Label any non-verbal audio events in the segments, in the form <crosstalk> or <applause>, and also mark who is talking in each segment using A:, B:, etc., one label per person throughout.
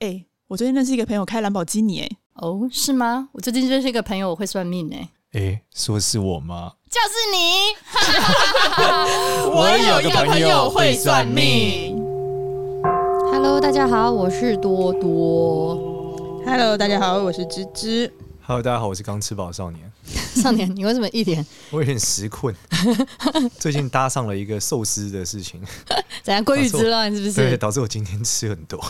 A: 哎、我最近认识一个朋友开兰博基尼、哎，
B: 哦，是吗？我最近认识一个朋友，我会算命哎、
C: 诶，说是我吗？
B: 就是你。
C: 我有个朋友会算命。
D: Hello，大家好，我是多多。
A: Hello，大家好，我是芝芝。
C: Hello，大家好，我是刚吃饱的少年，
D: 少年，你为什么
A: <laughs>
D: 一脸
C: 我有点时困，最近搭上了一个寿司的事情，
D: 怎样归于之乱？是不
C: 对，
D: 是？
C: 导致我今天吃很多，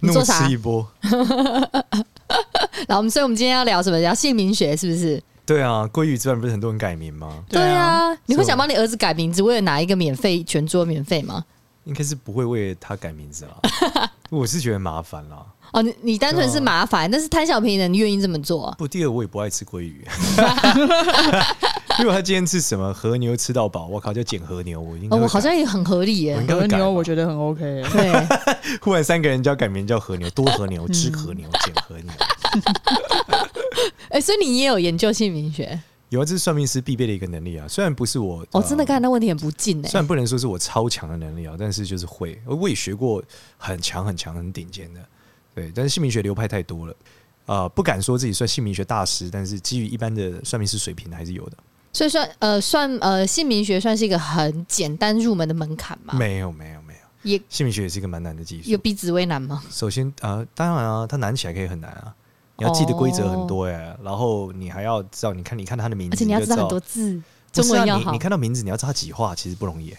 D: 你
C: 怒
D: 做啥
C: 吃一波。
D: 然后我们，所以我们今天要聊什么？聊姓名学，是不是？
C: 对啊，鲑鱼之乱不是很多人改名吗？
A: 对啊，
D: 你会
C: 是
D: 想
C: 我
D: 帮你儿子改名字，为了拿一个免费全桌免费吗？
C: 应该是不会为他改名字啦，我是觉得麻烦啦。
D: 哦，你你单纯是
C: 对啊
D: 麻烦，但是贪小便宜的人愿意这么做。
C: 不，第二我也不爱吃鲑鱼， <laughs> 因为他今天吃什么和牛吃到饱，我靠，叫捡和牛，我应该
A: 啊
D: 哦，
C: 会
D: 我好
C: 改
D: 像也很合理
C: 我应
D: 耶。
C: 该会改吧。
A: 觉得很
C: <laughs>
A: OK，
D: 对，
C: 忽然三个人就要改名叫和牛，多和牛、吃和牛、捡和
D: <laughs>
C: 牛。
D: 哎，所以你也有研究姓名学
C: 有啊，这是算命师必备的一个能力啊。虽然不是我，
D: 哦？
C: 呃
A: 啊
D: 真的，刚才那问题很不近哎
C: 虽。然不能说是我超强的能力啊，但是就是会，我也学过很强、很强、很顶尖的。对，但是姓名学流派太多了，啊、不敢说自己算姓名学大师，但是基于一般的算命师水平还是有的。
D: 所以算呃算呃姓名学算是一个很简单入门的门槛嘛？
C: 没有，没有，没有，
D: 也
C: 姓名学也是一个蛮难的技术
D: 啊有。比紫薇难吗？
C: 首先啊、呃当然啊，它难起来可以很难啊。你要记得规则很多哎、然后你还要知道，你看，你看他的名字，
D: 而且你要
C: 就
D: 知
C: 知
D: 道
C: 道
D: 很多字，
C: 不
D: 中
C: 是啊
D: 文要
C: 你
D: 好
C: 你看到名字，你要知道他几画，其实不容易、欸。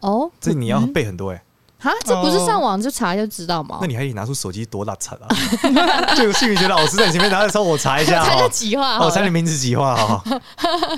D: 哦。
C: 这
A: 嗯
C: 你要背很多哎、
D: 啊，这不是
A: 哦
D: 上网就查就知道吗 <laughs>
C: 那？你还得拿出手机多拉扯啊！ <laughs> 就有姓名学老师在你前面拿着抄，我查一下
D: 猜个
C: 哈。
D: 几话好
C: 哦，
D: 了？
C: 我猜你名字几
A: <laughs>
C: 画哈？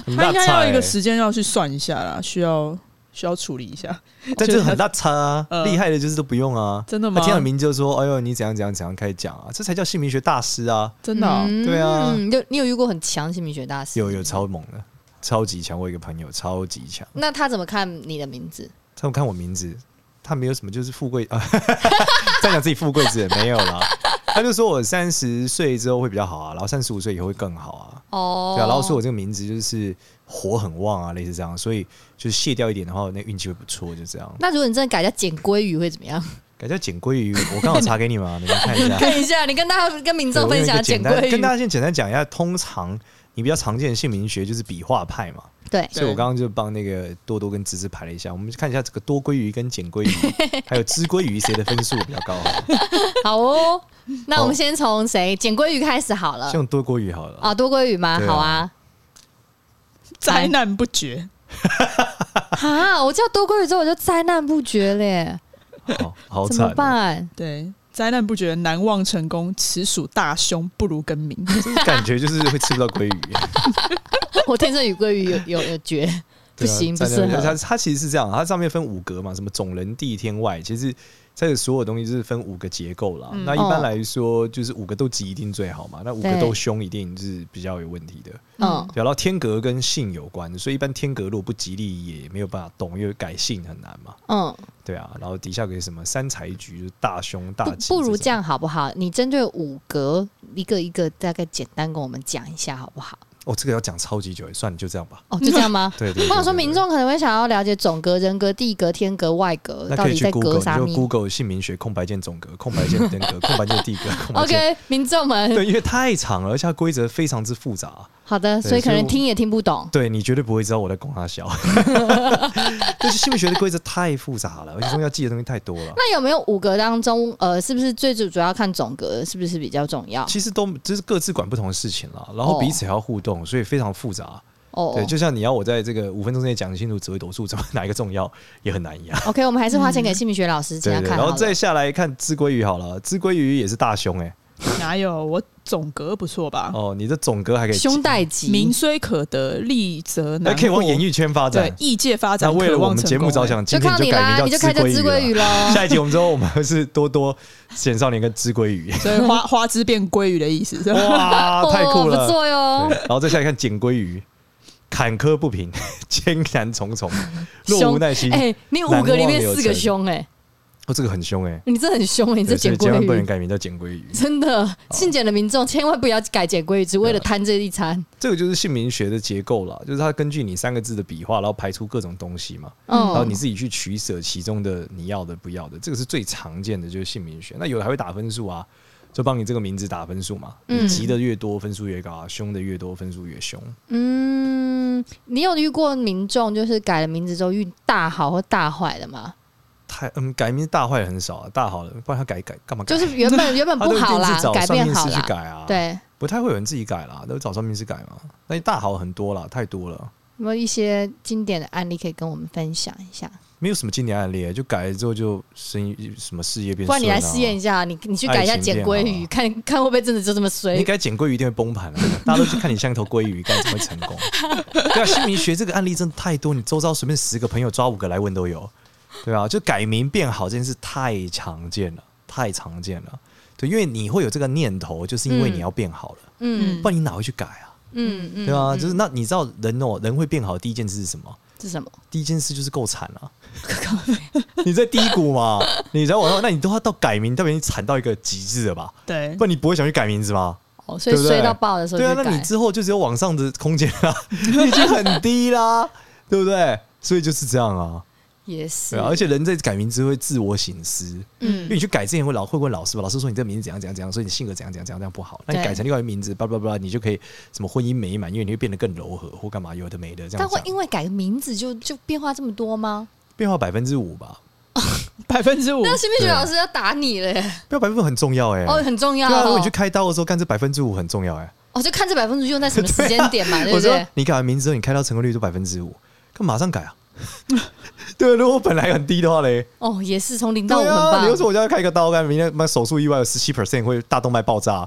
C: 很
A: 他应
C: 拉
A: 该
C: 扯
A: 要一个
C: 欸，
A: 时间要去算一下啦，需要需要处理一下。
C: 但 <laughs> 这个很拉扯啊！
A: 嗯
C: 厉害的就是都不用啊，
A: 真的
C: 他
A: 吗？
C: 听到名字就说：“哎呦，你怎样怎样怎样。”开始讲啊，这才叫姓名学大师啊！
A: 真的哦、
D: 嗯
C: 对啊
D: 你有你有遇过很强的姓名学大师？
C: 有有。超猛的，超级强！我有一个朋友超级强，
D: 那他怎么看你的名字？
C: 他们看我名字，他没有什么就是富贵啊， <laughs> 在讲自己富贵子也没有啦。他就说我三十岁之后会比较好啊，然后三十五岁以后会更好啊。
D: 哦，
C: 对啊，然后说我这个名字就是火很旺啊，类似这样，所以就是卸掉一点的话，那运气会不错，就这样。
D: 那如果你真的改叫简鲑鱼会怎么
C: <laughs>
D: 样？
C: 改叫简鲑鱼，我刚好查给你
D: <laughs>
C: 嘛，你们看一下。
D: 看一下，你跟大家跟民
C: 对
D: 众
C: 我
D: 分
C: 有一个
D: 享简
C: 简单
D: 鲑
C: 跟大
D: 鱼。
C: 家先简单讲一下，通常你比较常见的姓名学就是笔画派嘛，
D: 对，
C: 所以我刚刚就帮那个多多跟芝芝排了一下，我们看一下这个多鲑鱼跟简鲑
D: <laughs>
C: 鱼，还有知鲑鱼谁的分数比较高啊好了，
D: 好哦。那我们
C: 哦
D: 先从谁简鲑鱼开始好了
C: 先。用多鲑鱼好了。
D: 啊，多鲑鱼吗？
C: 对啊
D: 好啊。
A: 灾难不绝，
D: 哈，我叫多鲑鱼之后，我就灾难不绝嘞，
C: 好好
D: 怎么
C: 惨哦，
D: 办？ <laughs>
A: 对，灾难不绝，难忘成功，此属大凶，不如更
C: <laughs>
A: 名。
C: 就是感觉就是会吃不到鲑
D: <laughs>
C: 鱼。啊
D: 我天生与鲑鱼有有有绝，不
C: 对啊
D: 行不
C: 在那
D: 适
C: 边它
D: 合。
C: 它其实是这样，它上面分五格嘛，什么种人、地、天、外，其实它的所有东西就是分五个结构啦。那一
D: 哦
C: 般来说，就是五个都吉一定最好嘛，那五个
D: 对
C: 都凶一定是比较有问题的。
D: 嗯，
C: 对啊然后天格跟性有关，所以一般天格如果不吉利也没有办法动，因为改性很难嘛。
D: 嗯，
C: 对啊，然后底下给什么三才局，就是大凶大
D: 不
C: 吉
D: 不如
C: 种
D: 这样好不好？你针对五格一个一个，大概简单跟我们讲一下好不好？
C: 哦，这个要讲超级久耶，算了，就这样吧。？
D: 哦，就这样吗
C: <laughs> 对对
D: 我
C: 对
D: 想说，
C: 对对
D: 民众可能会想要了解总格、人格、地格、天格、外格
C: 那
D: 到
C: 可以
D: 底
C: 去
D: 在格
C: Google，
D: 啥
C: 你就
D: 咪。
C: Google 姓名学空白键总格、空白键
D: <laughs>
C: 天格、空白键地格、空白键
D: OK，民众们，
C: <laughs> 对，因为太长了，而且它规则非常之复杂。
D: 好的，
C: 对
D: 所以可
C: 所以
D: 能
C: 我嗯
D: 听也听不懂。
C: 对你绝对不会知道我在拱他笑， <laughs> 就是心理学的规则太复杂了，而且中间要记的东西太多了。
D: 那有没有五格当中，呃，是不是最主主要看总格是不是比较重要？
C: 其实都就是各自管不同的事情啦，然后彼此还要互动，所以非常复杂。
D: 哦
C: 对，就像你要我在这个五分钟之内讲清楚紫微斗数怎么哪一个重要，也很难一样。
D: ，OK，我们还是花钱给姓名学老师请
C: 对
D: 他
C: 嗯对，
D: 看好
C: 然后
D: 了。
C: 再下来看知龟鱼好了，知龟鱼也是大凶哎、
A: 哪有我总格不错吧？
C: 哦，你的总格还可以，
D: 啊胸带级
A: 名虽可得，利则难获。
C: 还哎可以往演艺圈发
A: 对
C: 展。
A: 异界发
C: 那
A: 展，
C: 为了
A: 渴
C: 我
A: 望
C: 们
A: 成
C: 节目
A: 功
C: 着
A: 欸
C: 想，
D: 就
C: 今天
D: 靠你
C: 改
D: 啦，
C: 名
D: 你
C: 叫
D: 就开成
C: 知
D: 知
C: 龟
D: 龟
C: 鱼
D: 鱼
C: 了。 <laughs>
D: 喽。
C: 下一集我们之后，我们是多多 <laughs> 简少年跟知龟鱼，
A: 所以花 <laughs> 花枝变鲑鱼的意思是
C: <laughs>
A: 吧？
C: 哇，啊太酷
D: <laughs> 哦、
C: 了！
D: 不错哟
C: 对。然后再下来看简龟鱼，坎坷不平，艰难重重，若无
D: 凶
C: 耐心。
D: 哎、你五个里面四个凶哎、
C: 哦，这个很凶哎、
D: 你这很凶，你这
C: 对所
D: 捡
C: 以千
D: 鲑
C: 万不能
D: 鱼，
C: 改哦名叫捡鲑鱼。
D: 真的，姓简的民众千万不要改捡鲑鱼，只为
C: 啊
D: 了贪这一餐。
C: 这个就是姓名学的结构啦，就是它根据你三个字的笔画，然后排出各种东西嘛，然后
D: 嗯
C: 你，自己去取舍其中的你要的不要的，这个是最常见的，就是姓名学。那有的还会打分数啊，就帮你这个名字打分数嘛，
D: 嗯
C: 你急的越多分数越高啊，凶的越多分数越凶。
D: 嗯，你有遇过民众就是改了名字之后运大好或大坏的吗？
C: 太嗯，改名字大坏很少啊，大好了，不然他改改干嘛改？
D: 就是
C: <laughs>
D: 原本原本
C: 他都
D: 不
C: 一
D: 好
C: 定
D: 啦
C: 是，找
D: 改
C: 算
D: 变
C: 命
D: 好
C: 师去
D: 啦，
C: 改啊，，
D: 对，
C: 不太会有人自己改啦，都找算命师改嘛。那大好很多啦，太多了，
D: 有没有一些经典的案例可以跟我们分享一下？
C: 没有什么经典案例欸，就改了之后就生意什么事业变、啊。
D: 不然你来试验一下，你你去改一下捡鲑鱼，
C: 爱情
D: 看看会不会真的就这么
C: 你
D: 衰？
C: 改捡鲑鱼一定会崩盘啊！ <laughs> 大家都去看你像头鲑鱼，该怎么会
D: <laughs>
C: 成功？对啊，姓名学这个案例真的太多，你周遭随便十个朋友抓五个来问都有，对啊，就改名变好这件事太常见了，太常见了。对，因为你会有这个念头，就是因为
D: 嗯
C: 你要变好了，
D: 嗯
C: 不然你哪会去改啊？
D: 嗯嗯，
C: 对啊，
D: 嗯
C: 就是那你知道人哦，人会变好的第一件事是什么？
D: 这是什么？
C: 第一件事就是够惨啊！ <laughs> 你在低谷嘛，你在往上，那你都要到改名，代表你惨到一个极致了
D: 嗯
C: 吧？
A: 对
C: 不，然你不会想去改名字吗？
D: 哦，所以
C: 对不对
D: 衰到爆的时候
C: 对啊，
D: 就
C: 那你
D: 改。
C: 之后就只有往上的空间
D: <laughs>
C: 啦，你已经很低啦，对不对？所以就是这样啊，
D: 也是嗯
C: 对啊，而且人在改名字会自我省思，因为你去改之前会老会问老师吧，老师说你这个名字怎样怎样怎样，所以你性格怎样怎样怎样怎样不好，那你
D: 对
C: 改成另外一个名字，叭叭叭，你就可以什么婚姻美满，因为你会变得更柔和或干嘛，有的没的这
D: 但
C: 样
D: 会
C: 讲，
D: 因为改个名字就就变化这么多吗？
C: 变化百分之五吧，
A: 百分之五
D: 那新民学
C: 对
D: 老师要打你嘞！
C: 变化百分之五很重要哎、
D: 哦，很重要
C: 对啊，如果
D: 哦
C: 你去。开刀的时候，干这百分之五很重要哎、
D: 哦，就看这百分之用在
C: <laughs>
D: 什么时间点嘛，对
C: 啊我
D: 不
C: 说
D: 对？
C: 你改完名字之后，你开刀成功率就百分之五，干嘛马上改啊？ <laughs> 对，啊如果本来很低的话嘞，
D: 哦，也是从零到五
C: 对
D: 很
C: 啊，你又说
D: 棒。
C: 我就要开一个刀，干明天妈手术意外有十七 percent 会大动脉爆炸。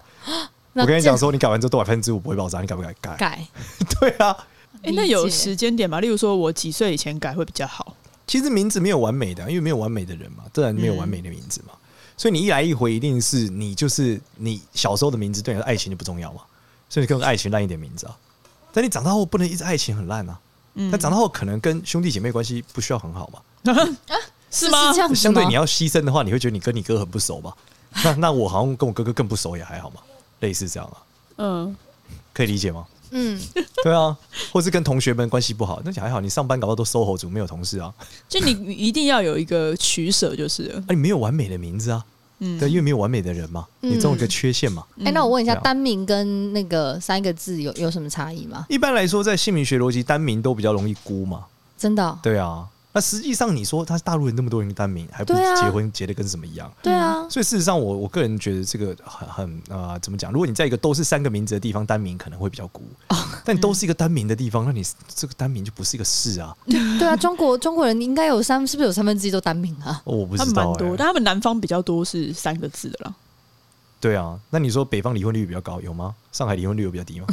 D: 那
C: 我跟你
D: 这
C: 讲说，你改完之后都百分之五不会爆炸，你改不改？改。
D: 改，
C: <laughs> 对啊，
A: 哎、那有
D: 理解
A: 时间点吗？例如说，我几岁以前改会比较好？
C: 其实名字没有完美的啊，因为没有完美的人嘛，自然没有完美的名字嘛。所以你一来一回，一定是你就是你小时候的名字对你的爱情就不重要嘛，所以你跟爱情烂一点名字啊。但你长大后不能一直爱情很烂啊，
A: 嗯
C: 但长大后可能跟兄弟姐妹关系不需要很好嘛。
A: 是吗
D: 这？样子吗
C: 相对你要牺牲的话，你会觉得你跟你哥很不熟吧？那那我好像跟我哥哥更不熟也还好嘛，类似这样啊，
A: <laughs> 嗯，
C: 可以理解吗？
D: <laughs> 嗯，
C: 对啊，或是跟同学们关系不好，那还好，你上班搞到都 SOHO 族，没有同事啊，
A: 就你你一定要有一个取舍，就是了
C: 啊，你没有完美的名字啊，
A: 嗯，
C: 对，因为没有完美的人嘛，你总有个缺陷嘛。
D: 哎，那我问一下，
C: 对啊
D: 单名跟那个三个字有有什么差异吗？
C: 一般来说，在姓名学逻辑，单名都比较容易估嘛，
D: 真的哦？
C: 对啊。那实际上，你说他大陆人那么多人单名，还不
D: 对啊
C: 结婚结的跟什么一样？
D: 对啊，
C: 所以事实上我，我个人觉得这个很很啊、呃怎么讲？如果你在一个都是三个名字的地方，单名可能会比较孤。但都是一个单名的地方，那你这个单名就不是一个市啊。
D: <laughs> 对啊，中国中国人应该有三，是不是有三分之一都单名啊？ <laughs>
C: 哦我不
A: 他
C: 知
A: 们
C: 道、
A: 蛮多，
C: 欸。
A: 但他们南方比较多是三个字的啦。
C: 对啊，那你说北方离婚率比较高有吗？上海离婚率有比较低吗？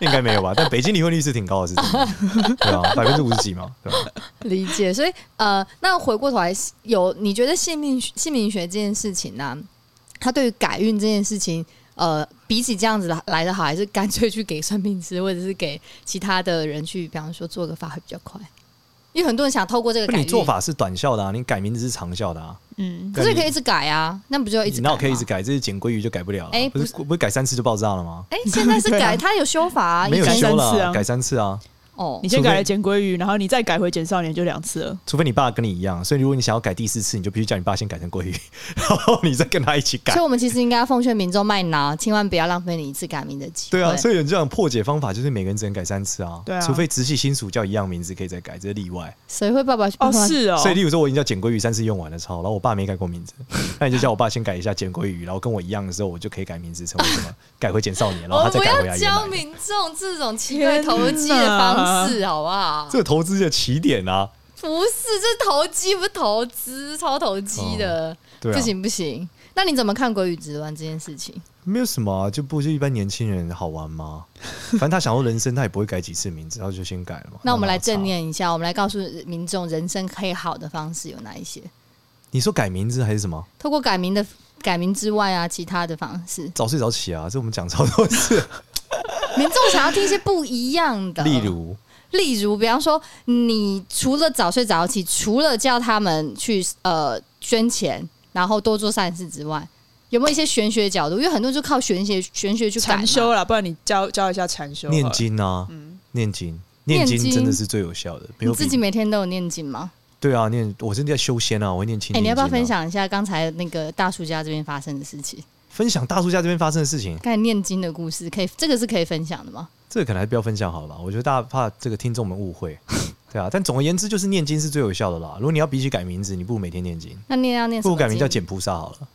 C: 应该没有吧？但北京离婚率是挺高的，是真的。对啊，百分之五十几嘛，对吧、
D: 理解，所以呃，那回过头来，有你觉得姓名姓名学这件事情呢、它对于改运这件事情，呃，比起这样子来来的好，还是干脆去给算命师或者是给其他的人去，比方说做个法会比较快，因为很多人想透过这个
C: 不
D: 改
C: 你
D: 运，
C: 做法是短效的啊，你改名字是长效的啊。
A: 嗯，
D: 可是可以
C: 你
D: 一直改啊，那不就一直改
C: 你那
D: 吗
C: 我可以一直改，这是剪鲑鱼就改不了了。
D: 哎
C: 不是
D: 不
C: 不是改三次就爆炸了吗？
D: 哎、现在
C: <laughs>
D: 是
A: 对啊
D: 改，它有修法、啊，
C: 没有
D: 以前
C: 修
A: 改三次
C: 了啊，
A: 啊
C: 改三次啊。
D: 哦
A: 你，先
C: 除非
A: 改了简鲑鱼，然后你再改回简少年，就两次了。
C: 除非你爸跟你一样，所以如果你想要改第四次，你就必须叫你爸先改成鲑鱼， <laughs> 然后你再跟他一起改
D: 所以。我们其实应该奉劝民众卖脑，千万不要浪费你一次改名的机会。
C: 对啊，所以有这样破解方法，就是每个人只能改三次啊。
A: 对啊
C: 除非直系亲属叫一样名字可以再改，这是例外。
D: 谁会爸爸去
A: 哦，
D: 帮他
A: 是哦，
C: 所以，例如说我已经叫简鲑鱼三次用完了，操，然后我爸没改过名字， <laughs> 那你就叫我爸先改一下简鲑鱼，然后跟我一样的时候，我就可以改名字成为什么，改回简少年，然后
D: 哦我
C: 他
D: 们
C: 再
D: 不
C: 改
D: 要
C: 回来原
D: 教
C: 来的。
D: 民众这种奇怪投机的方式，好不好？
C: 这个投资的起点啊，
D: 不是，这投机不投资，超投机的，
C: 对
D: 不
C: 啊，
D: 行不行。那你怎么看《鬼与之乱》这件事情？
C: 没有什么、啊，就不就一般年轻人好玩吗？反正他想要人生，他也不会改几次名字，他就先改了嘛。
D: 那我们
C: 哪
D: 来
C: 有差
D: 正。念一下，我们来告诉民众人生可以好的方式有哪一些？
C: 你说改名字还是什么？
D: 透过改名的改名之外啊，其他的方式，
C: 早
D: <laughs>
C: 睡早起啊，这我们讲超多次。
D: 民众想要听一些不一样的，
C: 例如，
D: 例如，比方说，嗯你除了早睡早起，除了叫他们去呃捐钱，然后多做善事之外，有没有一些玄学角度？因为很多人就靠玄学玄学去改嘛
A: 禅修啦，不然你教教一下禅修好了。
C: 念经啊，念经，
D: 嗯念
C: 念
D: 经
C: 经真的是最有效的。没
D: 你
C: 有
D: 自
C: 比
D: 己每天都有念经吗？
C: 对啊，念我真的在修仙啊，我会念经。
D: 哎、你要不要
C: 念
D: 分
C: 经啊？
D: 享一下刚才那个大叔家这边发生的事情？
C: 分享大叔家这边发生的事情，
D: 刚才念经的故事，可以这个是可以分享的吗？
C: 这个可能还是不要分享好了吧？我觉得大家怕这个听众们
D: <laughs>
C: 误会，对啊。但总而言之，就是念经是最有效的啦。如果你要比起改名字，你不如每天念经，
D: 那念要啊念什
C: 不
D: 么
C: 如
D: 经？
C: 改名叫简菩萨好了。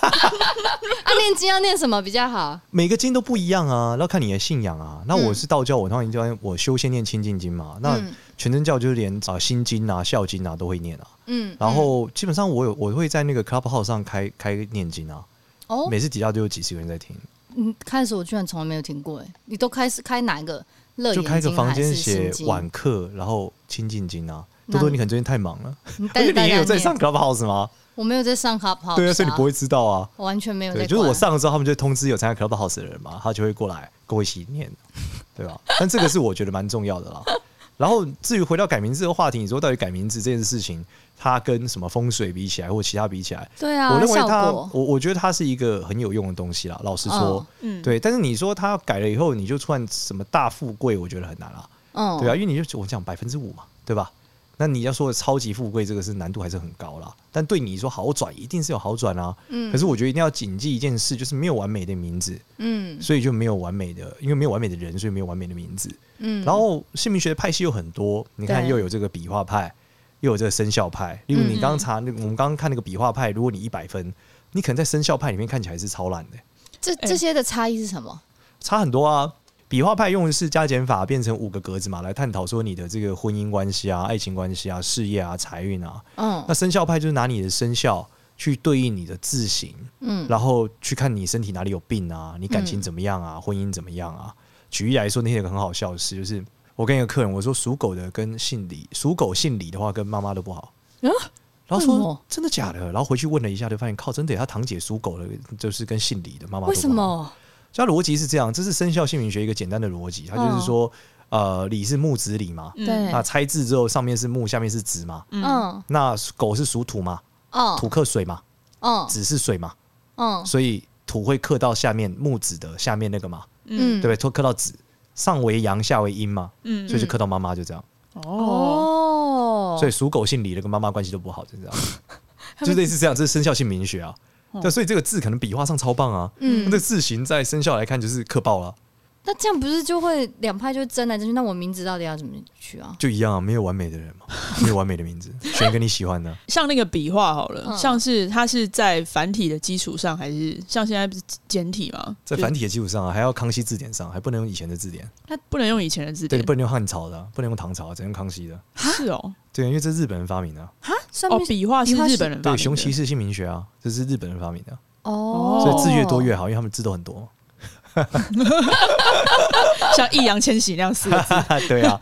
D: 啊，念经要念什么比较好？
C: 每个经都不一样啊，然后看你的信仰啊。那我是道教，我当然就我修仙念清净经嘛。那
D: 嗯
C: 全真教就是连啊心经啊、孝经啊都会念啊。
D: 嗯，
C: 然
D: 嗯
C: 后基本上我有我会在那个 Clubhouse 上开开念经啊，
D: 哦，
C: 每次底下都有几十个人在听，
D: 你开始我居然从来没有听过哎，你都开始开哪一个？乐
C: 就
D: 眼
C: 开个
D: 睛
C: 房
D: 还
C: 间
D: 是
C: 写
D: 心经
C: 晚课，然后清净经啊。
D: 那
C: 多多，你可能最近太忙了，
D: 你嗯 <laughs> 带
C: 而
D: 着
C: 且你
D: 大
C: 也
D: 家
C: 有在
D: 念
C: 上 Clubhouse 吗？
D: 我没有在上 Clubhouse，
C: 对啊，所以你不会知道啊。
D: 我完全没有在
C: 对，
D: 管，
C: 就是我上了之后，他们就通知有参加 Clubhouse 的人嘛，他就会过来跟我一起念，对吧？ <laughs> 但这个是我觉得蛮重要的啦。然后至于回到改名字的话题，你说到底改名字这件事情，它跟什么风水比起来，或其他比起来，
D: 对啊，
C: 我认为
D: 效
C: 它，
D: 果
C: 我我觉得它是一个很有用的东西啦。老实说，
A: 嗯，
C: 对。但是你说它改了以后，你就突然什么大富贵，我觉得很难啦，
D: 嗯
C: 对啊，因为你就我讲百分之五嘛，对吧？那你要说的超级富贵，这个是难度还是很高啦。但对你说好转，一定是有好转啊。
D: 嗯
C: 可是我觉得一定要谨记一件事，就是没有完美的名字，
D: 嗯
C: 所以就没有完美的，因为没有完美的人，所以没有完美的名字。
D: 嗯，
C: 然后姓名学派系有很多，你看
D: 对
C: 又有这个笔画派，又有这个生肖派。例如你
D: 嗯
C: 刚刚查那个，我们刚刚看那个笔画派，如果你一百分，你可能在生肖派里面看起来是超烂的，
D: 这
A: 哎
D: 这些的差异是什么？
C: 差很多啊。笔画派用的是加减法，变成五个格子嘛，来探讨说你的这个婚姻关系啊、爱情关系啊、事业啊、财运啊。
D: 嗯
C: 那生肖派就是拿你的生肖去对应你的字形，
D: 嗯
C: 然后去看你身体哪里有病啊，你感情怎么样
D: 嗯
C: 啊，婚姻怎么样啊。举例来说，那天有个很好笑的事，就是我跟一个客人我说属狗的跟姓李，属狗姓李的话跟妈妈都不好。
A: 啊
C: 然
D: 为
C: 后
D: 什
C: 说
D: 么
C: 真的假的？然后回去问了一下，就发现靠，真的耶，他堂姐属狗的，就是跟姓李的妈妈都不好
D: 为什么？
C: 所以它逻辑是这样，这是生肖姓名学一个简单的逻辑，它就是说，呃，李是木子李嘛，
A: 嗯
D: 哦对
C: 那拆字之后上面是木，下面是子嘛，
A: 嗯，
D: 嗯
C: 那狗是属土嘛，
D: 哦
C: 土克水嘛，
D: 嗯
C: 子是水嘛，
D: 嗯
C: 所以土会克到下面木子的下面那个嘛，
D: 嗯，
C: 对不对？克到子，上为阳，下为阴嘛，
A: 嗯
C: 所以就克到妈妈就这样。
A: 哦，
D: 哦，
C: 所以属狗姓李的跟妈妈关系都不好，
D: <laughs>
C: 就这样，就类似这样，这是生肖姓名学啊。
D: 哦
C: 对，所以这个字可能笔画上超棒啊，那
D: 嗯
C: 这个，字形在生肖来看就是克爆了、
D: 那这样不是就会两派就争来争去？那我名字到底要怎么取啊？
C: 就一样啊，没有完美的人 <laughs> 嘛，没有完美的名字，选一个你喜欢的。
A: 像那个笔画好了，
D: 嗯
A: 像是它是在繁体的基础上，还是像现在不是简体吗？
C: 在繁体的基础上啊，还要康熙字典上，还不能用以前的字典，
A: 它不能用以前的字
C: 对，
A: 典，
C: 不能用汉朝的啊，不能用唐朝啊，只能用康熙的。
A: 是哦，
C: 对，因为这是日本人发明的啊，
D: 算
A: 哦
D: 命，
A: 笔画是
D: 笔画是
A: 日本人发
C: 对，
A: 明的
C: 熊骑士姓名学啊，这是日本人发明的啊。
D: 哦，
A: 所
C: 所以字越多越好，因为他们字都很多。
A: 像易烊千玺那样四个字，
C: <laughs> 对啊，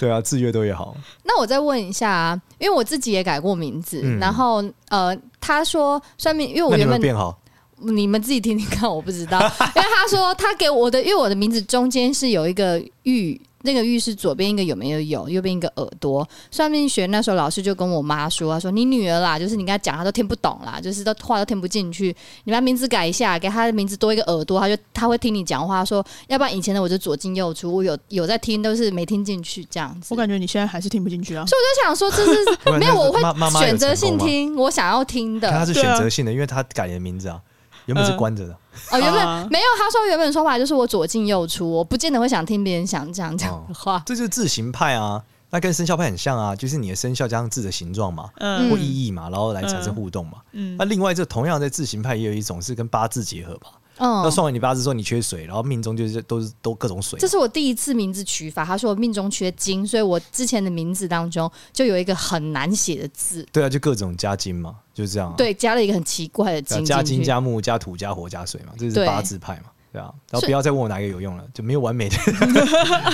C: 对啊，字越多越好。
D: 那我再问一下啊，因为我自己也改过名字，
C: 嗯
D: 然后呃，他说算命，因为我
C: 那你
D: 原
C: 们
D: 本
C: 变好，
D: 你们自己听听看，我不
A: <laughs>
D: 知道，因为他说他给我的，因为我的名字中间是有一个玉。那个玉是左边一个有没有有，右边一个耳朵。算命学那时候老师就跟我妈说，她说你女儿啦，就是你跟她讲，她都听不懂啦，就是都话都听不进去。你把名字改一下，给她的名字多一个耳朵，她就她会听你讲话。说要不然以前的我就左进右出，我有有在听，都是没听进去这样子。
A: <laughs>
D: <laughs>
A: 我感觉你现在还是听不进去啊。
D: 就想说这是
C: 不然
D: 没有，
C: 那
D: 我会
C: 妈妈妈有
D: 选择性
C: 成功吗
D: 听我想要听的
C: 可。他是选
A: 对啊
C: 择性的，因为他改了名字啊，原本是
A: 嗯
C: 关着的。
D: 哦，原本、
A: 啊
D: 没有，他说原本说法就是我左进右出，我不见得会想听别人想这样
C: 哦
D: 讲的话。
C: 这就是字形派啊，那跟生肖派很像啊，就是你的生肖加上字的形状嘛，
A: <laughs> 嗯
C: 或意义嘛，然后来产生互动嘛。
A: 嗯
C: 那另外，这同样在字形派也有一种是跟八字结合嘛。那
D: 嗯，
C: 算完你八字之后，你缺水，然后命中就是都是都各种水
D: 这。是我第一次名字取法，他说我命中缺金，所以我之前的名字当中就有一个很难写的字，
C: 对啊，就各种加金嘛，就是这样、啊。
D: 对，加了一个很奇怪的
C: 对啊，
D: 金
C: 加金
D: 进去。
C: 加木加土加火加水嘛，这是
D: 对
C: 八字派嘛，对啊。然
D: 所
C: 后
D: 以
C: 不要再问我哪一个有用了，就没有
D: <laughs>
C: 完美的，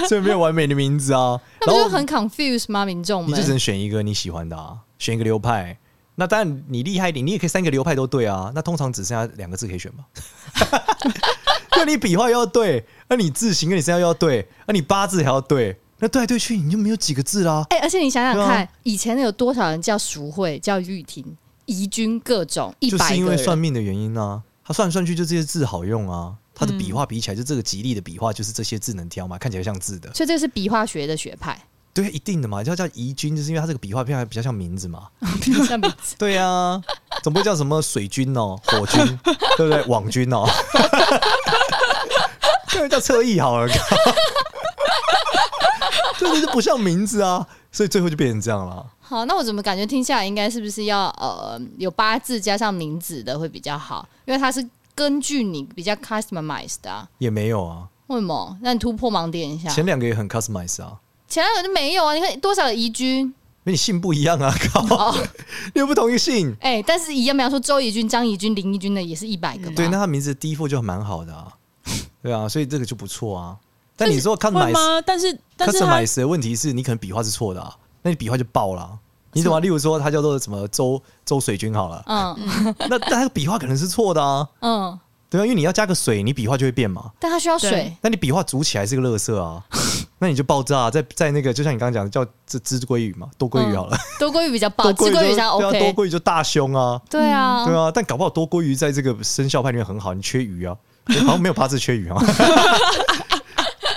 C: 所以没有完美的名字啊。
D: 那
C: 然
D: 不就
C: 后
D: 很 confuse 吗？民众
C: 你就
D: 们
C: 只能选一个你喜欢的啊，选一个流派。那当然你厉害一点，你也可以三个流派都对啊。那通常只剩下两个字可以选 <laughs> 吧。那你笔画又要对，那你字形跟你生肖又要对，那你八字还要对，那对来对去你就没有几个字啦。
D: 哎、而且你想想看，
C: 对啊
D: 以前有多少人叫淑慧、叫玉婷、怡君各种一
C: 就
D: 百
C: 是因
D: 个
C: 为算
D: 人，
C: 命的原因啊，他算来算去就这些字好用啊，他的笔画比起来，就这个吉利的笔画就是这些字能挑嘛，看起来像字的，
D: 所以这是笔画学的学
C: <laughs>
D: 派。
C: 对，一定的嘛，叫叫宜君，就是因为他这个笔画比较比较像名字嘛，
D: 像名字
C: 对啊，总不会叫什么水军哦、火军，对不对？网军哦、干脆叫侧翼好了， <laughs> 靠对，就是不像名字啊，所以最后就变成这样了。
D: 好，那我怎么感觉听下来应该是不是要呃有八字加上名字的会比较好？因为它是根据你比较 customized 的、啊。
C: 也没有啊，
D: 为什么？那你突破盲点一下。
C: 前两个也很 customize 啊，
D: 前男友就没有啊？你看多少个宜君？
C: 因为你姓不一样啊，靠，又不同一姓，
D: 哎、但是一样，比方说周怡君、张怡君、林怡君的也是一百个嘛。
C: 对，那他名字第一副就蛮好的啊，对啊，所以这个就不错啊。但你说
A: 会
C: customize
A: 吗？但是但是他
C: customize 的问题是你可能笔画是错的啊，那你笔画就爆了啊、你懂吗？例如说，他叫做什么周周水军好了，
D: 嗯
C: 那但他的笔画可能是错的啊，
D: 嗯，
C: 对啊，因为你要加个水，你笔画就会变嘛。
D: 但它需要
A: 对
D: 水。
C: 那你笔画组起来是个垃
A: <laughs>
C: 圾啊，那你就爆炸啊、在在那个就像你刚刚讲的叫这只鲑鱼嘛，多
A: 嗯
C: 鲑鱼好了，
D: 多鲑鱼比较棒，
C: 多
D: 吃
C: 鲑
D: 鲑鱼比
C: 就
D: 较
C: 对啊多
D: OK。
C: 鲑鱼就大胸啊，
D: 对
A: 哦
D: 啊，
C: 对啊，但搞不好多鲑鱼在这个生肖派里面很好，你缺鱼啊，好像没有八字
A: <laughs>
C: 缺鱼啊，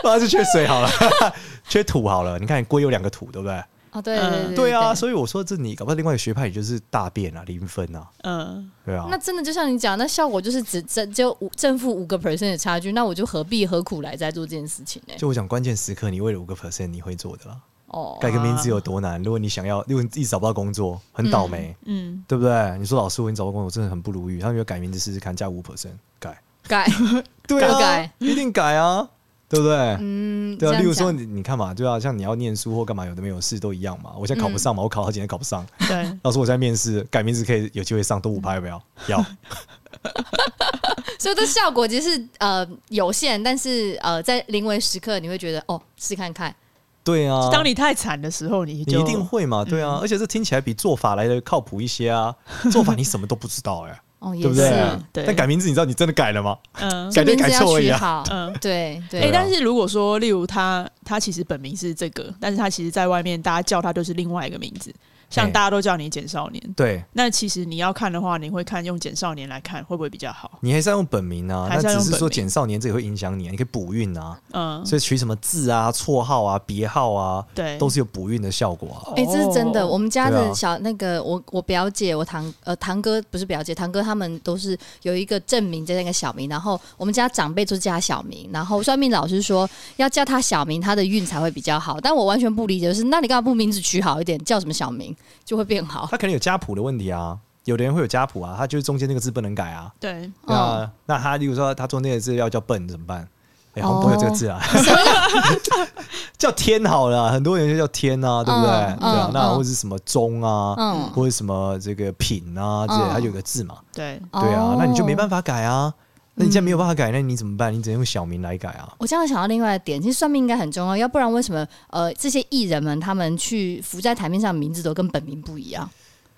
C: 八字缺水好了， <laughs> 缺土好了。你看龟有两个土，对不对？
D: 啊，对对对
A: 嗯
C: 对啊，所以我说这你搞不好另外一个学派也就是大便啊，零分啊，
A: 嗯，
C: 对啊
D: 那。真的就像你讲，那效果就是只正就五正负五个 percent 的差距，那我就何必何苦来再做这件事情呢？
C: 就我讲，关键时刻你为了五个 percent 你会做的啦。
D: 哦，
C: 改个名字有多难？如果你想要，如果你一直找不到工作，很倒霉，
A: 嗯，
C: 对不对？你说老师，我已经找不到工作，真的很不如意。他们就改名字试试看，加五 percent 改，
D: 改，
C: 对啊，
D: 改
C: 一定改啊，对不对？
D: 嗯，
C: 对
D: 这
C: 啊，
D: 样
C: 例如说
D: 讲
C: 你你看嘛，对啊，像你要念书或干嘛，有的没有事都一样嘛。我现在考不上嘛，我考好几年考不上。
A: <laughs> 对，
C: 老师，我现在面试改名字可以有机会上，多五拍要不要？要，
D: 所以这效果其实是呃有限，但是呃在临危时刻你会觉得哦试看看，
C: 对啊。
A: 当你太惨的时候，你
C: 你
A: 就
C: 一定会嘛，对
A: 嗯
C: 啊，而且这听起来比做法来的靠谱一些啊。做法你什么都不知道
A: <laughs>
C: 哎，
D: 哦
C: 对
D: 也
C: 不
D: 是，
C: 对？
A: 对
C: 但改名字你知道你真的改了吗？
A: 嗯
D: 这
C: 改就
D: 名
C: 改
D: 字要
C: 错而已
D: 取
C: 啊
D: 好，
A: 嗯。
D: 对
A: 哎、
D: 对
C: 啊，
A: 但是如果说，例如他，他其实本名是这个，但是他其实在外面大家叫他就是另外一个名字，像
C: 哎
A: 大家都叫你简少年。
C: 对，
A: 那其实你要看的话，你会看用简少年来看会不会比较好？
C: 你还是要用本名啊，
A: 还
C: 但
A: 是要
C: 只
A: 用
C: 是
A: 本
C: 说
A: 名
C: 简少年这也会影响你啊，你可以补运啊，
A: 嗯，
C: 所以取什么字啊、绰号啊、别号啊，
A: 对，
C: 都是有补运的效果啊。
D: 哎、这是真的。
A: 哦
D: 我们家
C: 对
D: 的
C: 啊
D: 小、那个，我我表姐，我堂呃堂哥不是表姐，堂哥他们都是有一个正名加上一个小名，然后我们家长辈就叫他小名，然后算命老师说要叫他小名，他的运才会比较好。但我完全不理解，就是那你干嘛不名字取好一点，叫什么小名就会变
C: <laughs>
D: 好？
C: 他可能有家谱的问题啊，有的人会有家谱啊，他就是中间那个字不能改啊。
A: 对，
D: 嗯
C: 那、那他例如说他中间的字要叫笨怎么办？哎、好像不
D: 哦
C: 会有这个字啊， <laughs> 叫天好了啊、很多人就叫天啊，对不对？
D: 嗯
C: 对啊
D: 嗯，
C: 那
D: 嗯
C: 或者是什么中啊，
D: 嗯
C: 或者什么这个品啊之类的，
D: 嗯哦
C: 它有个字嘛，
A: 对，
C: 对啊，那你就没
D: 法。
C: 办法改啊。那你既然没有办法改，那你怎么办？你只能用小名来改啊。
D: 我这样想到另外一点，其实算命应该很重要，要不然为什么呃这些艺人们他们去浮在台面上的名字都跟本名不一样？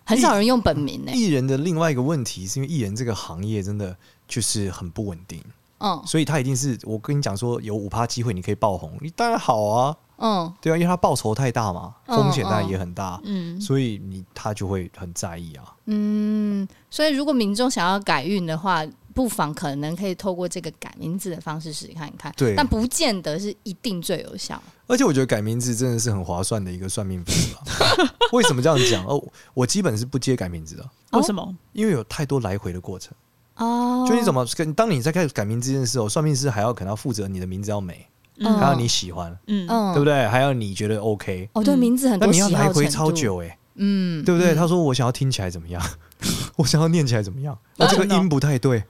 D: 很少人用本名呢、
C: 艺人的另外一个问题是因为艺人这个行业真的就是很不稳定，
D: 嗯
C: 所以他一定是我跟你讲说有五趴机会你可以爆红，你当然好啊，
D: 嗯，
C: 对啊，因为他报酬太大嘛，
D: 嗯
C: 风险当然也很大，
A: 嗯，
C: 所以你他就会很在意啊。
D: 嗯，所以如果民众想要改运的话，不妨可能可以透过这个改名字的方式试看看，
C: 对
D: 但不见得是一定最有效。
C: 而且我觉得改名字真的是很划算的一个算命方法。
D: <laughs>
C: 为什么这样讲？哦，我基本是不接改名字的，
A: 为什么？
C: 因为有太多来回的过程。
D: 哦，
C: 就你怎么跟当你在开始改名字这件事哦，算命师还要可能要负责你的名字要美，
D: 嗯
C: 还要你喜欢，
A: 嗯，
D: 嗯
C: 对不？对？还要你觉得 OK。
D: 哦，对，
A: 嗯
D: 名字很
C: 那
D: 多
C: 你
D: 喜
C: 要
D: 好
C: 来回
D: 程
C: 超
D: 度，
C: 久哎、
D: 嗯，
C: 对不对？他说我想要听起来
D: <laughs>
C: 怎么样，我想要念起来怎么样？哦，这个
A: 真的哦
C: 音不太对，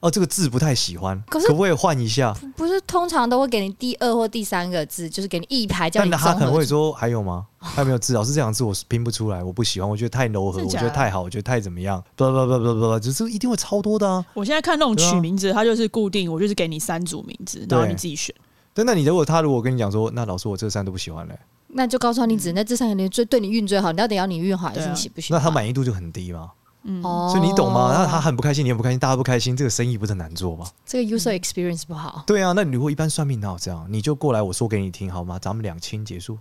C: 哦，这个字不太喜欢，
D: 可
C: 可
D: 是
C: 不可以换一下？
D: 不是通常都会给你第二或第三个字，就是给你一排叫
C: 但
D: 你综
C: 他可能
D: 合哦
C: 会说还
D: <laughs>
C: 有吗？还有没有字？老师这两个字我是拼不出来，我不喜欢，我觉得太柔和，
A: 真
C: 我
A: 假
C: 觉
A: 的
C: 得太好，我觉得太怎么样？不不不不不不，就是一定会超多的啊！
A: 我现在看那种
C: 对啊
A: 取名字，它就是固定，我就是给你三组名字，然后
C: 对
A: 你自己选。
C: 但那你如果他如果跟你讲说，那老师我这三都不喜欢嘞，嗯
D: 那就告诉他你只能在这三个里面最对你运最好，你到底要你运好还
A: 对
D: 是
A: 啊
D: 你喜不喜
C: 那
D: 欢？
C: 他满意度就很低嘛。
A: 嗯
D: 哦
C: 所以你懂吗？那他很不开心，你也不开心，大家不开心，这个生意不是很难做吗？
D: 这个 user experience 不好，
C: 对啊，那你如果一般算命哪有这样？你就过来，我说给你听好吗？咱们两清
D: <laughs>
C: 结束，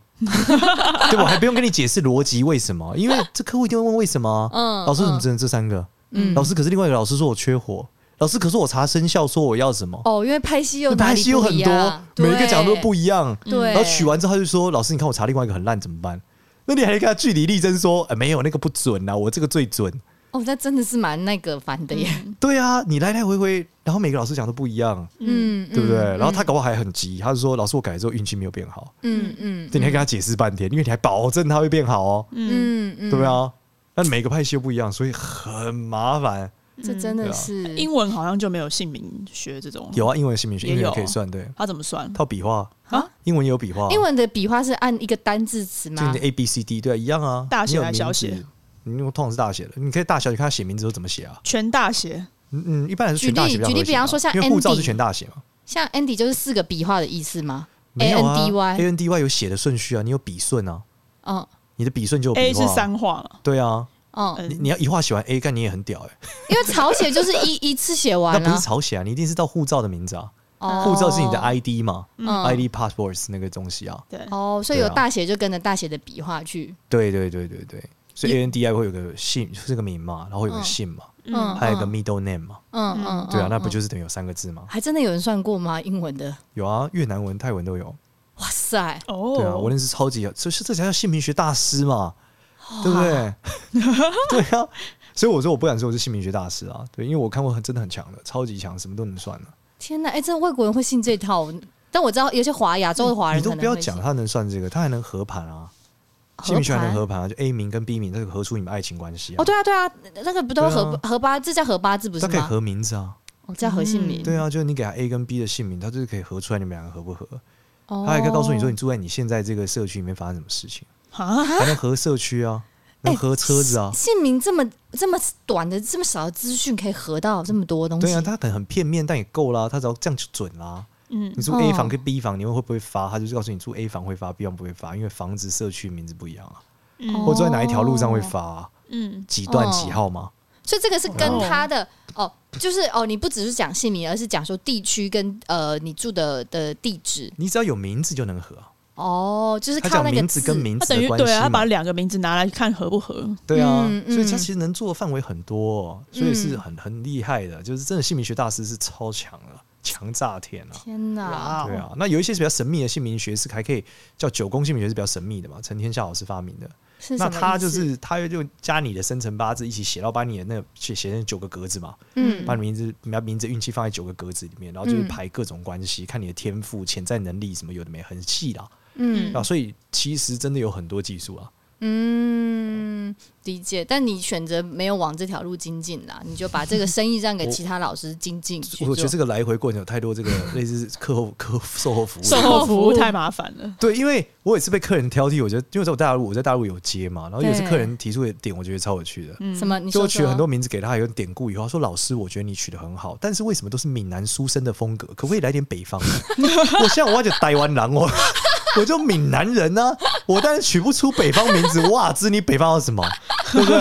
C: 对吧？还不用跟你解释逻辑为什么，因为这客户一定会问为什么啊。
D: 嗯
C: 老师怎么只能这三个？
D: 嗯
C: 老师可是另外一个老师说我缺火，老师可是我查生肖说我要什么，
D: 哦，因为派系又
C: 派系有很多，每一个讲都不
D: 一
C: 一样。
D: 样，对，
C: 然后取完之后他就说：“老师，你看我查另外一个很烂，怎么办？”那你还跟他据理力争说：“哎，没有那个不准啊，我这个最准。
D: 哦，那真的是蛮那个烦的耶，”
C: 对啊，你来来回回，然后每个老师讲都不一样，
D: 嗯，
C: 对不对？
D: 嗯
C: 然后他搞不好还很急，他就说：“老师，我改了之后运气没有变好。
D: 嗯嗯”
C: 对，你还跟他解释半天，因为你还保证他会变好哦，
A: 嗯，
D: 嗯嗯，
C: 对不对啊？那每个派系又不一样，所以很麻烦。
D: 这真
C: 啊
D: 的是
A: 英文好像就没有姓名学这种，
C: 有啊，英文姓名学，
A: 也
C: 英文
A: 有
C: 也可以算对，
A: 它怎么算？
C: 套笔画
A: 啊，
C: 英文也有笔画，
D: 嗯英文的笔画是按一个单字词
C: 就
D: 吗
C: 你的？A B C D 对啊，一样啊，
A: 大写
C: 你有
A: 还是小
C: 名字
A: 写？
C: 你用通常是大写的，你可以大小，你看他写名字都怎么写啊？
A: 全大写，
C: 嗯嗯，一般来说全大
D: 举例
C: 写较
D: 举
C: 合
D: 例比方
C: 理嘛
D: 说像
C: 因为护照是
D: Andy
C: 全大写嘛，
D: 像 Andy 就是四个笔画的意思吗？
C: 没有啊
D: ANDY
C: A N D Y 有写的顺序啊，你有笔顺啊，
D: 嗯
C: 你的笔顺就有
A: A
C: 笔画
A: 是
C: 啊
A: 三画嘛？
C: 对啊，
D: 嗯，
A: 嗯
C: 你你要一画写完 A，干你也很屌哎，
D: 因为草写就是一一次写
C: 那
D: 完
C: 不
D: 了
C: 是，草写啊，你一定是到护照的名字啊，
D: 哦
C: 护照是你的 I D 嘛
D: 嗯
C: ，I D passports 那个东西啊，
A: 对，
D: 哦，所以有
C: 对啊
D: 大写就跟着大写的笔画去，
C: 对对对对对，所以 A N D I 会有个姓是个名嘛，然后有个
D: 嗯
C: 姓嘛，
D: 嗯
C: 还有个 middle name 嘛，
D: 嗯嗯，
C: 对啊，那不
D: 嗯
C: 就是等于有三个字吗？
D: 还真的有人算过吗？英文的，
C: 有啊，越南文、泰文都有。
D: 哇塞，
A: 哦，
C: 对啊，我认识超级，这是这才叫姓名学大师嘛，
D: 哦
C: 对
D: <laughs>
C: 不对？对啊，所以我说我不敢说我是姓名学大师啊，对，因为我看过很真的很强的，超级强，什么都能算的、啊
D: 天哪，哎，真的外国人会信这套，但我知道有些华亚洲的华人
C: 你都
D: 可能
C: 不要
D: 会信
C: 讲他能算这个，他还能合盘啊，
D: 合
C: 姓名学还能
D: 盘
C: 合盘啊，就 A 名跟 B 名，这个合出你们爱情关系啊。
D: 哦，对啊，对啊，那个不都
C: 对啊
D: 合合八，这叫合八字不是
C: 他可以
D: 吗？
C: 合名字啊，
D: 哦，这叫合姓名。
C: 对啊，就是你给他 A 跟 B 的姓名，他就是可以合出来你们两个合不合。
D: 哦，
C: 他还可以告诉你说你住在你现在这个社区里面发生什么事情，
A: 啊，
C: 还能合社区啊，能合车子啊，
D: 姓名哎这么这么短的这么少的资讯，可以合到这么多东西。
C: 对啊，他可能很片面，但也够啦，他只要这样就准啦。
A: 嗯
C: 你住 A
D: 哦
C: 房跟 B 房，你们会不会发？他就是告诉你住 A 房会发，B 房不会发，因为房子社区名字不一样啊，
A: 嗯
C: 或
D: 哦
C: 者住在哪一条路上会发啊、
A: 嗯
C: 几段几号嘛。
D: 所以这个是跟他的哦，就是哦，你不只是讲姓名，而是讲说地区跟呃你住的的地址
C: 你只要有名字就能合啊，
D: 哦，就是
C: 他
D: 靠
C: 讲
D: 那个
C: 名字跟名
A: 他
C: 字
A: 等
C: 的
A: 于
C: 关
A: 对啊，
C: 系
A: 他把
C: 嘛。
A: 两个名字拿来看合不
D: <laughs>
A: 合，
C: 对啊，
D: 嗯嗯
C: 所以他其实能做的范围很多、哦所以是很很厉害的，就是真的姓名学大师是超强的，强炸天啊！
D: 天哪，
A: 哇
C: 对啊，那有一些是比较神秘的姓名学是还可以叫九宫姓名学是比较神秘的嘛，陈天下老师发明的。
D: 是什
C: 那
D: 么
C: 他就
D: 意思
C: 是他就加你的生辰八字一起写到把你的那个写写成九个格子嘛，
D: 嗯
C: 把你名字把名字运气放在九个格子里面，然后就是
D: 嗯
C: 排各种关系，看你的天赋、潜在能力什么有的没，很细啦。
D: 嗯
C: 啊，所以其实真的有很多技术啊。哦
D: 嗯理解，但你选择没有往这条路精进啦，你就把这个生意让给其他老师精进去做。
C: 我觉得这个来回过程有太多这个类似客户客户售后服务的。
A: 售后服务太麻烦了。
C: 对，因为我也是被客人挑剔，我觉得因为在我大陆我在大陆有接嘛，然后有时
D: 对
C: 客人提出的点，我觉得超有趣的。
A: 嗯
D: 什么？你
C: 就
D: 说
C: 我取了很多
D: 说
C: 名字给他，有点典故以后，他说：“老师，我觉得你取得很好，但是为什么都是闽南书生的风格？可不可以来点北方的？ <laughs> 我像我就台湾人哦， <laughs> 我就闽南人呢、我当然取不出北方名字。哇，知你北方有什么，对不对？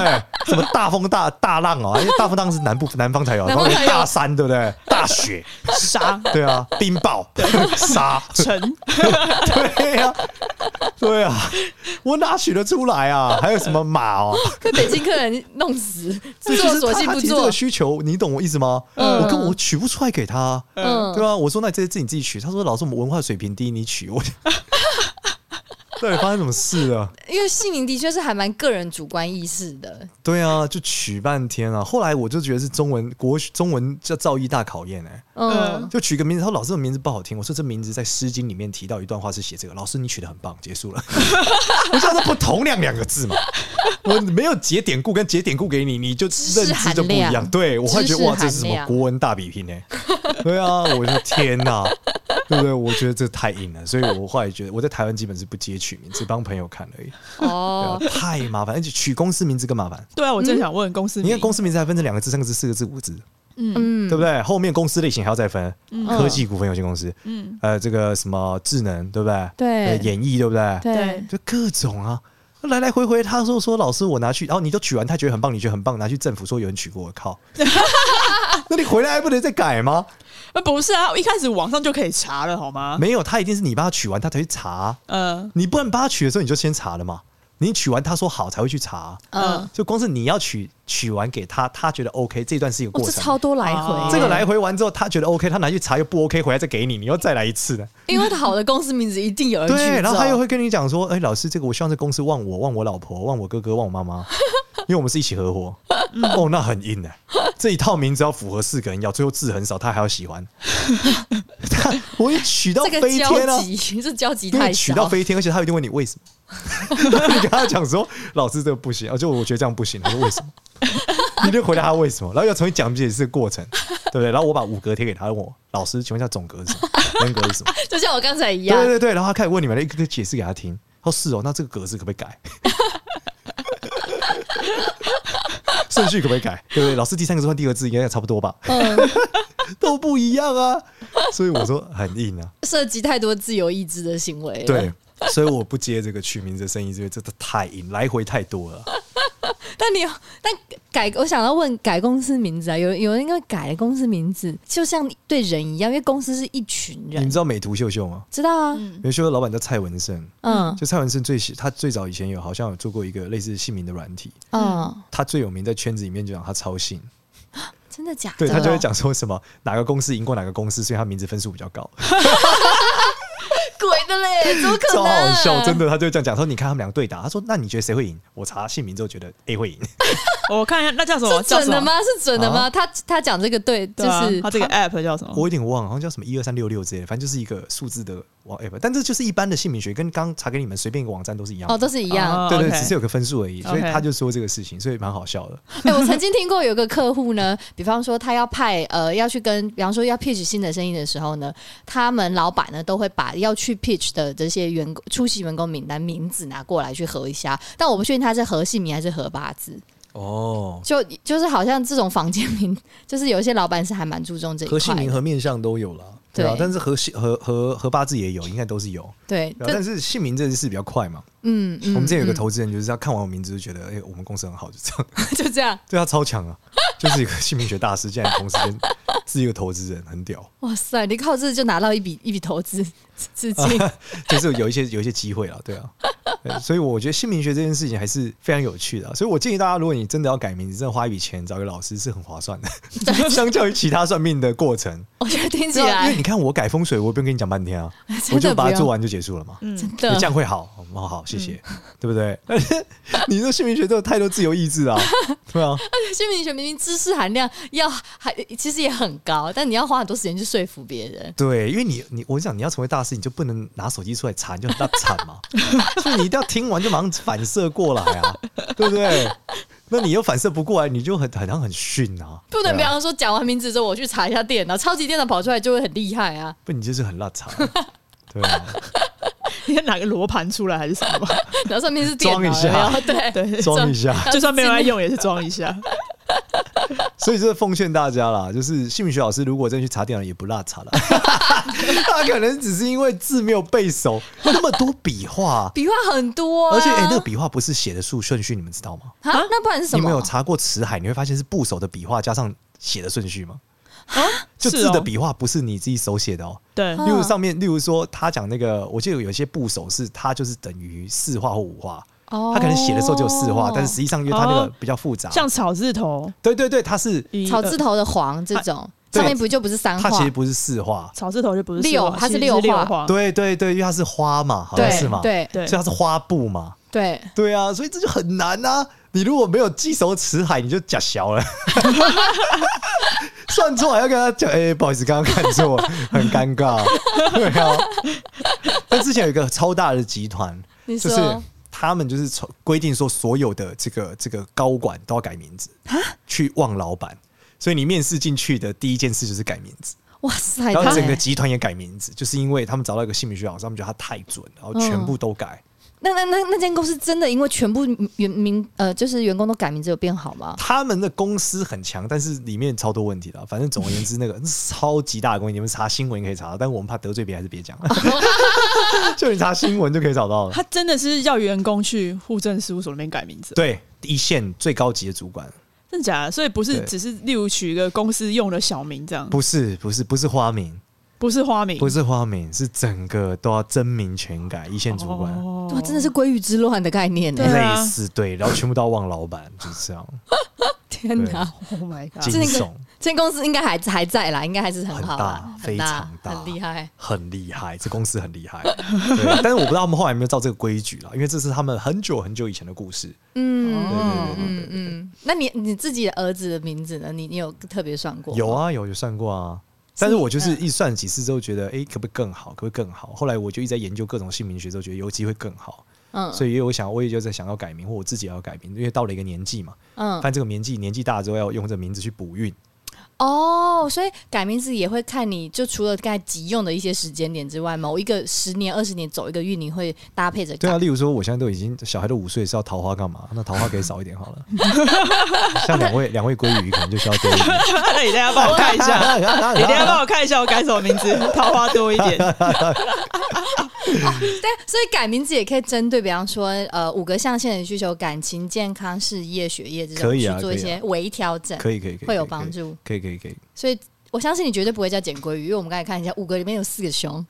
C: 什么大风大大浪哦，因为大风浪是南部南方才有，然后大山对不对？大雪，
D: 哦
A: 杀
C: 对啊，冰雹， <laughs> 沙，
D: <laughs>
A: 成
C: 对啊，对啊，我哪取得出来啊？还有什么马哦？”
D: 被北京客人弄
C: <laughs>
D: 死，
C: 这
D: 自
C: 就
D: 作
C: 是
D: 所
C: 他
D: 性
C: 他
D: 不
C: 提这
D: 做
C: 个。需求，你懂我意思吗？
D: 嗯
C: 我跟我取不出来给他，
D: 嗯，
C: 对吧、啊我说那这些字你自己取，他说老师我们文化水平低，你取
D: <laughs>
C: 我。到底发生什么事啊了？
D: 因为姓名的确是还蛮个人主观意识的。
C: 对啊，就取半天啊。后来我就觉得是中文国中文叫造诣大考验哎、
D: 嗯，
C: 就取个名字，他说老师这个名字不好听，我说这名字在《诗经》里面提到一段话是写这个，老师你取得很棒，结束了。 <laughs> 我知道这不同量两个字嘛，我没有解典故跟解典故给你，你就
D: 知
C: 认
D: 识
C: 知就不一
D: 含
C: 样。
D: 量
C: 对我会
D: 知
C: 觉得
D: 识
C: 哇，这是什
D: 含
C: 么
D: 量
C: 国文大比拼呢、对啊，我的天哪、对不对？我觉得这太硬了，所以我后来觉得我在台湾基本是不接取名，只帮朋友看而已，对啊
D: 哦，
C: 太麻烦，而且取公司名字更麻烦。
A: 对啊，我正想问公司名，
C: 你看公司名字还分成两个字、三个字、四个字、五个字，
D: 嗯，
C: 对不啊对？后面公司类型还要再分，科技股份有限公司，
A: 嗯
C: 呃，这个什么智能，对不对？
D: 对
C: 呃演艺，对不对？
D: 对
A: 对
C: 就各种啊，来来回回，他说说老师我拿去，然后你都取完，他觉得很棒，你觉得很棒，拿去政府说有人取过，我靠，那你回来还不能再改吗？
A: 呃，不是啊，一开始网上就可以查了，好吗？
C: 没有，他一定是你帮他取完，他才去查。
A: 嗯
C: 你不能帮他取的时候，你就先查了嘛。你取完他说好才会去查，
A: 嗯，
C: 就光是你要取取完给他，他觉得 OK，这段是有
D: 我
C: 过
D: 这
C: 程。啊
D: 超多来回
A: 哦，
C: 这个来回完之后，他觉得 OK，他拿去查又不 OK，回来再给你，你又再来一次呢。
D: 因为好的公司名字一定有人去
C: 对，然后他
D: 找
C: 又会跟你讲说，哎、老师，这个我希望这公司忘我，忘我老婆，忘我哥哥，忘我妈妈， <laughs> 因为我们是一起合伙。
D: 嗯
C: 哦，那很硬哎、这一套名字要符合四个人要，最后字很少，他还要喜欢。 <laughs> 他我也取到
D: 这个
C: 飞天了、
D: 交集， <laughs> 这交集
C: 因
D: 太
C: 为取到
D: 少。
C: 飞天，而且他一定问你为什
D: <laughs>
C: 么。你跟他讲说，老师这个不行，而且哦我觉得这样不行，他
D: <laughs>
C: 说为什么？你就回答他为什么，然后要重新讲解这个过程，对不对？然后我把五格贴给他，问我老师，请问一下总格是什么，人格是什么？
D: 就像我刚才一样
C: 对，对对，然后他开始问你们，哎一个个解释给他听。哦，是哦，那这个格式可不可以改？ <laughs> 顺序可不可以改？对不对？老师第三个字换第二个字应该差不多吧？ <laughs> 都不一样啊，所以我说很硬啊。
D: 涉及太多自由意志的行为了。
C: 对，所以我不接这个取名字的生意，因为真的太硬，来回太多了。
D: 但你有但改，我想要问改公司名字啊，有有人因为改了公司名字，就像对人一样，因为公司是一群
C: 你们
D: 人，
C: 知道美图秀秀吗？
D: 知道啊？
C: 美图秀秀老板叫蔡文胜，
D: 嗯
C: 就蔡文胜最喜他最早以前有好像有做过一个类似姓名的软体，
D: 嗯，
C: 他最有名在圈子里面就讲他超姓，
D: 真的假的？哦
C: 对他就会讲说什么哪个公司赢过哪个公司，所以他名字分数比较高，
D: <laughs> 鬼的嘞，怎么可
C: 超
D: 能？
C: 好笑，真的，他就会这样讲说，你看他们两个对打，他说那你觉得谁会赢？我查姓名之后觉得 A 会赢，
A: 我看一下，那叫什么？
D: 是
A: 叫什
D: 准
A: 么
D: 的？吗？是准的吗？
C: 啊
D: 他他讲这个对，就
A: 对啊
D: 是
A: 它这个 app 叫什
D: 哦
A: 么？
C: 我有点忘了，好像叫什么一二三六六之类的，反正就是一个数字的网 app，但这就是一般的姓名学，跟刚查给你们随便一个网站都是一样的
D: 哦，都是一样。
A: 哦
C: 对对，
A: OK
C: 只是有个分数而已，所以
A: OK
C: 他就说这个事情，所以蛮好笑的。
D: <laughs> 哎、我曾经听过有个客户呢，比方说他要派呃要去跟，比方说要 pitch 新的生意的时候呢，他们老板呢都会把要去 pitch 的这些员工出席员工名单名字拿过来去合一下，但我不确定他是合姓名还是合八字，
C: 哦，
D: 就就是好像这种房间名， <laughs> 就是有一些老板是还蛮注重这一
C: 和姓
D: 块
C: 名
D: 的，
C: 和面相都有了，对啊
D: 对，
C: 但是和姓和和和八字也有，应该都是有。
D: 对，
C: 对啊
D: 这
C: 但是姓名这件事比较快嘛。
D: 嗯 <laughs> 嗯，
C: 我们之前有个
D: 嗯
C: 投资人，就是他看完我名字就觉得，哎、我们公司很好，就这样。
D: 就这样，
C: 对他超强啊， <laughs> 就是一个姓名学大师，竟然同时间是一个投资人，很屌。
D: 哇塞，你靠这就拿到一笔一笔投资资金，
C: <laughs> 就是有一些有一些机会了，对啊。对所以我觉得姓名学这件事情还是非常有趣的啊、所以我建议大家，如果你真的要改名字，真的花一笔钱找一个老师是很划算的，
D: <laughs>
C: 相较于其他算命的过程。
D: 我觉得听起
C: 对啊，因为
D: 来
C: 你看我改风水，我也不用跟你讲半天啊，我
D: 哎 <laughs> 真
C: 就
D: 的
C: 把
D: 不
C: 它做
D: 用，啊
C: 完就结束了嘛。
A: 嗯，
D: 真
C: 这
D: 的
C: 样会好，嗯好好，谢谢，对不对？ <laughs> 你这姓名学都有太多自由意志了啊，对啊，
D: 姓名学明明知识含量要还其实也很高，但你要花很多时间去说服别人。
C: 对，因为你你我跟你讲你要成为大师，你就不能拿手机出来查，你就很大惨嘛，所以你一定要听完就马上反射过来啊，对不对？那你又反射不过来，你就很很像很逊啊，
D: 不能
C: 对
D: 比
C: 啊
D: 方说讲完名字之后，我去查一下电脑，超级电脑跑出来就会很厉害
C: <laughs>
D: 啊！
C: 不你就是很
D: <laughs>
C: 烂惨，对啊，
A: <laughs> 你看哪个罗盘出来还是什 <laughs> 么吧？
D: 然后上面是电脑，
C: 装一下
D: 然后对
A: 对，
C: 装一下。
A: 就算没有在用也是装一 <laughs> 下。
C: 所以就是奉劝大家啦，就是姓名学老师如果真的去查电脑也不落查了， <laughs> 他可能只是因为字没有背熟，那么多笔画，
D: 笔画很多、啊，
C: 而且哎、那个笔画不是写的数顺序，你们知道吗？
D: 啊，那不然是什
C: 你们
D: 么
C: 有？查过词海，你会发现是部首的笔画加上写的顺序吗？啊就字
A: 是哦嗯
C: 的笔画不是你自己手写的哦。
A: 对，
D: 啊
C: 例如上面，例如说他讲那个，我记得有些部首是它就是等于四画或五画，
D: 哦
C: 他可能写的时候只有四画，但是实际上因为它那个
A: 哦
C: 比较复杂，
A: 像草字头，
C: 对对对，它是
A: 一
D: 草字
A: 二
D: 头的黄这种，
C: 对
D: 上面不就不是三
C: 它其
D: 画
C: 实？不是四画，
A: 呃草字头就不是
D: 六
A: 四画
D: 它是
A: 其实
D: 六
A: 是六
D: 画
A: 画。
C: 对对对，因为它是花嘛，好像
D: 对
C: 是嘛，
D: 对
A: 对
C: 所以它是啊花布嘛，
D: 对，
C: 对啊，所以这就很难啊！你如果没有记熟词海，你就假小了。 <laughs> 算错还要跟他讲，哎、不好意思，刚刚看错，很尴尬。对啊，但之前有一个超大的集团，
D: 你
C: 就
D: 说
C: 是他们就是从规定说，所有的这个这个高管都要改名字，去望老板。所以你面试进去的第一件事就是改名字，
D: 哇塞，
C: 然后整个
D: 太
C: 集团也改名字，就是因为他们找到一个姓名学老师，他们觉得他太准，然后全部都改。
D: 那那那那间公司真的因为全部员名呃就是员工都改名字有变好吗？
C: 他们的公司很强，但是里面超多问题的啊。反正总而言之，那个 <laughs> 超级大的公司，你们查新闻可以查到，但我们怕得罪别人，还是别讲。 <laughs> 就你查新闻就可以找到了。
A: 他真的是要员工去户政事务所那边改名字，
C: 对，一线最高级的主管，
A: 真的假的？所以不是
C: 对
A: 只是例如取一个公司用的小名这样，
C: 不是不是不是花名，
A: 不是花名，
C: 不是花名，是整个都要真名全改，一线主管。
A: 哦
D: 哇，真的是鲑鱼之乱的概念呢、
A: 对啊
C: 类似对，然后全部都要忘老板，就是这样，
D: 天哪，
A: ，Oh my god！
C: 惊
D: 那个
C: 悚，
D: 这间公司应该还还在啦，应该还是很好啊，
C: 很大
D: 很大
C: 非常大
D: 很厉害。
C: 很厉害，这公司很厉害。对，但是我不知道他们后来有没有照这个规矩啦，因为这是他们很久很久以前的故事。
D: 嗯
C: 对对对
D: 嗯嗯，那你你自己的儿子的名字呢？你你有特别算过？
C: 有，啊，有有算过啊。但是我就是一算几次之后，觉得哎、诶可不可以更好？可不可以更好？后来我就一直在研究各种姓名学，之后觉得有机会更好，
D: 嗯
C: 所以也有想，我也就在想要改名，或我自己也要改名，因为到了一个年纪嘛，
D: 嗯，
C: 但这个年纪年纪大了之后要用这个名字去补运。
D: 哦，所以改名字也会看你就除了刚才急用的一些时间点之外，某一个十年、二十年走一个运，你会搭配着
C: 对
D: 改。
C: 啊， <laughs> 例如说我现在都已经小孩都五岁，是要桃花干嘛？那桃花给少一点好了。像两位两位鲑鱼可能就需要多一
A: <laughs>
C: 点。啊
A: 那你等一下帮我看一
C: <laughs>
A: 下，你等一下帮我看一下我改什么名字，桃花多一点。
D: 对， <laughs> 所以改名字也可以针对，比方说呃五个象限的需求，感情、健康、事业、学业这种，
C: 可以啊
D: 去做
C: 可
D: 一
C: 以啊
D: 些微调整，
C: 可以可以可以，
D: 会有
C: 可以
D: 帮。助。
C: 可以可以可以，
D: 所以我相信你绝对不会叫简鲑鱼，因为我们刚才看一下，五个里面有四个熊。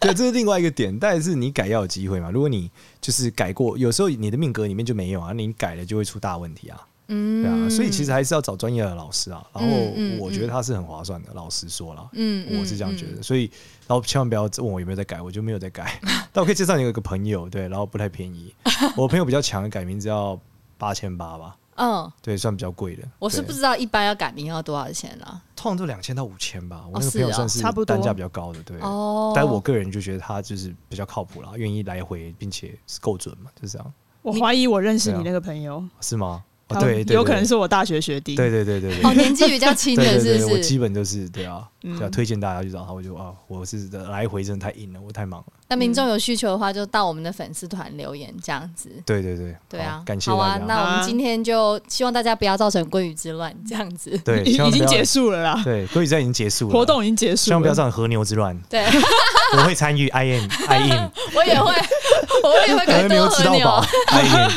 C: 对，这是另外一个点，但是你改要有机会嘛。如果你就是改过，有时候你的命格里面就没有啊，你改了就会出大问题啊。嗯，对啊，所以其实还是要找专业的老师啊。然后
D: 嗯嗯
C: 我觉得他是很划算的，老实说啦，
D: 嗯
C: 我是这样觉得。所以，然后千万不要问我有没有在改，我就没有
D: <laughs>
C: 在改。但我可以介绍你有一个朋友，对，然后不太便宜。我朋友比较强，改名字要八千八吧，
D: 嗯，
C: 对，算比较贵的。
D: 我是
C: 对
D: 不知道一般要改名要多少钱啦。
C: 通常都两千到五千吧。
D: 哦
C: 我那个
D: 是
C: 朋友
D: 哦
C: 算是
A: 差不多
C: 单价比较高的，对。
D: 哦，
C: 但我个人就觉得他就是比较靠谱啦，愿意来回，并且是够准嘛，就是这样，
A: 我怀疑我认识你那个朋友，
C: 是吗？啊哦，
A: 他
C: 对，对
A: 有可能
C: 对
A: 是我大学学弟。
C: 对对对对
D: 哦
C: 对。
D: 年纪比较轻
C: <laughs> 对
D: 的，
C: 对对
D: 是
C: 对，
D: 不
C: 我
D: 是
C: 基？本就是对啊，
A: 嗯
C: 对啊，推荐大家去找他。我就啊，我是来回真的太硬了，我太忙了。
D: 那民众有需求的话，就到我们的粉丝团留言这样子。
C: 对对对，
D: 对
C: 好
D: 啊，
C: 感谢
D: 好
C: 大
D: 啊。
C: 家。
D: 那我
A: 好啊
D: 们今天就希望大家不要造成鲑鱼之乱这样
C: <laughs>
D: 子。
C: 对，
A: 已
C: 千万
A: 已
C: 不
A: 经
C: 要
A: 结，束了啦，
C: 对，所以在已经结束了
A: 活，动已经结束
C: 千万不要
A: 了。
C: 造成和牛之乱。
D: 对 <laughs>
C: 我会参与，I am I
A: <laughs>
C: am，
D: 我也会，我也会改
C: 和
D: 多
C: 牛
D: 和
C: 吃到
D: 牛。
C: 饱，I am。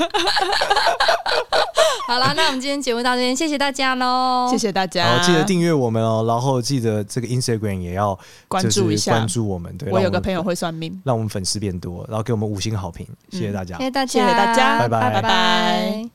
D: 好啦，那我们今天节目到这边，谢谢大家喽，
A: 谢。谢大 <laughs>
C: 然
A: 家，
C: 后记得订阅我们哦，然后记得这个 Instagram 也要
A: 关
C: 就是
A: 注一下
C: 关。注我们。对，
A: 我
C: 让
A: 有
C: 我
A: 个
C: 们
A: 朋友会算命。
C: 嗯让我们粉丝变多，然后给我们五星好评，谢谢大家。
D: 谢谢大家，
A: 谢谢大家
C: 拜拜
D: 拜
A: 拜拜
D: 拜